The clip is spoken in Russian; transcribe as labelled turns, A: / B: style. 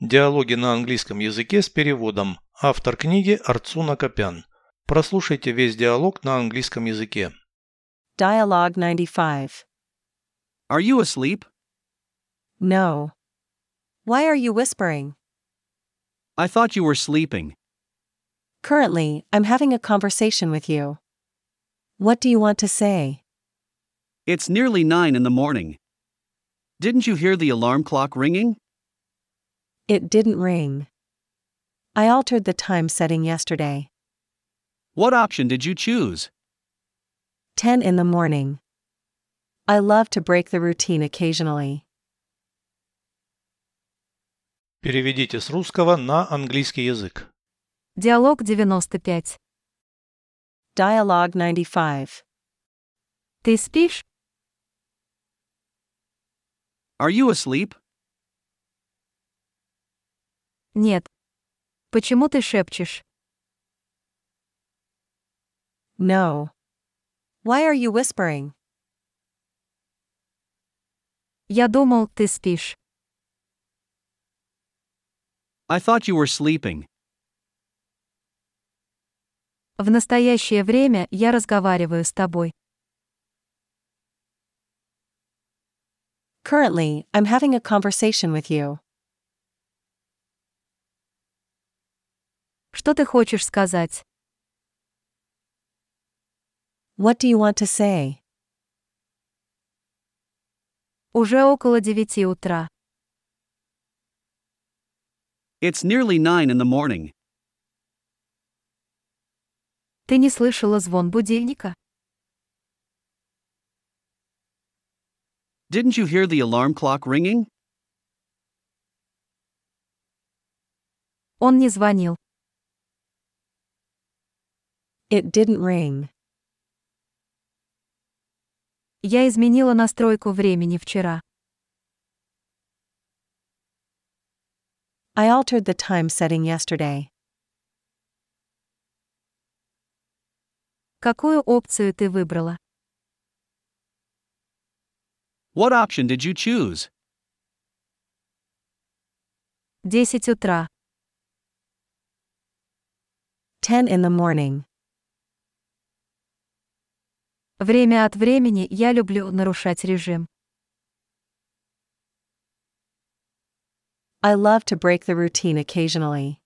A: Диалоги на английском языке с переводом. Автор книги Арцуна Копян. Прослушайте весь диалог на английском языке.
B: Dialogue 95.
C: Are you asleep?
B: No. Why are you whispering?
C: I thought you were sleeping.
B: Currently, I'm having a conversation with you. What do you want to say?
C: It's nearly nine in the morning. Didn't you hear the alarm clock ringing?
B: It didn't ring. I altered the time setting yesterday.
C: What option did you choose?
B: 10 in the morning. I love to break the routine occasionally.
A: Переведите с русского на английский язык.
D: Диалог 95.
B: Dialogue 95.
D: Ты спишь?
C: Are you asleep?
D: Нет. Почему ты шепчешь?
B: No. Why are you whispering?
D: Я думал, ты спишь.
C: I thought you were sleeping.
D: В настоящее время я разговариваю с тобой.
B: Currently, I'm having a conversation with you.
D: Что ты хочешь сказать?
B: What do you want to say?
D: Уже около девяти утра.
C: It's nearly nine in the morning.
D: Ты не слышала звон будильника?
C: Didn't you hear the alarm clock ringing?
D: Он не звонил.
B: It didn't ring.
D: Я изменила настройку времени вчера.
B: I altered the time setting yesterday.
D: Какую опцию ты выбрала?
C: What option did you choose?
D: 10 утра.
B: 10 in the morning.
D: Время от времени я люблю нарушать режим.
B: I love to break the routine occasionally.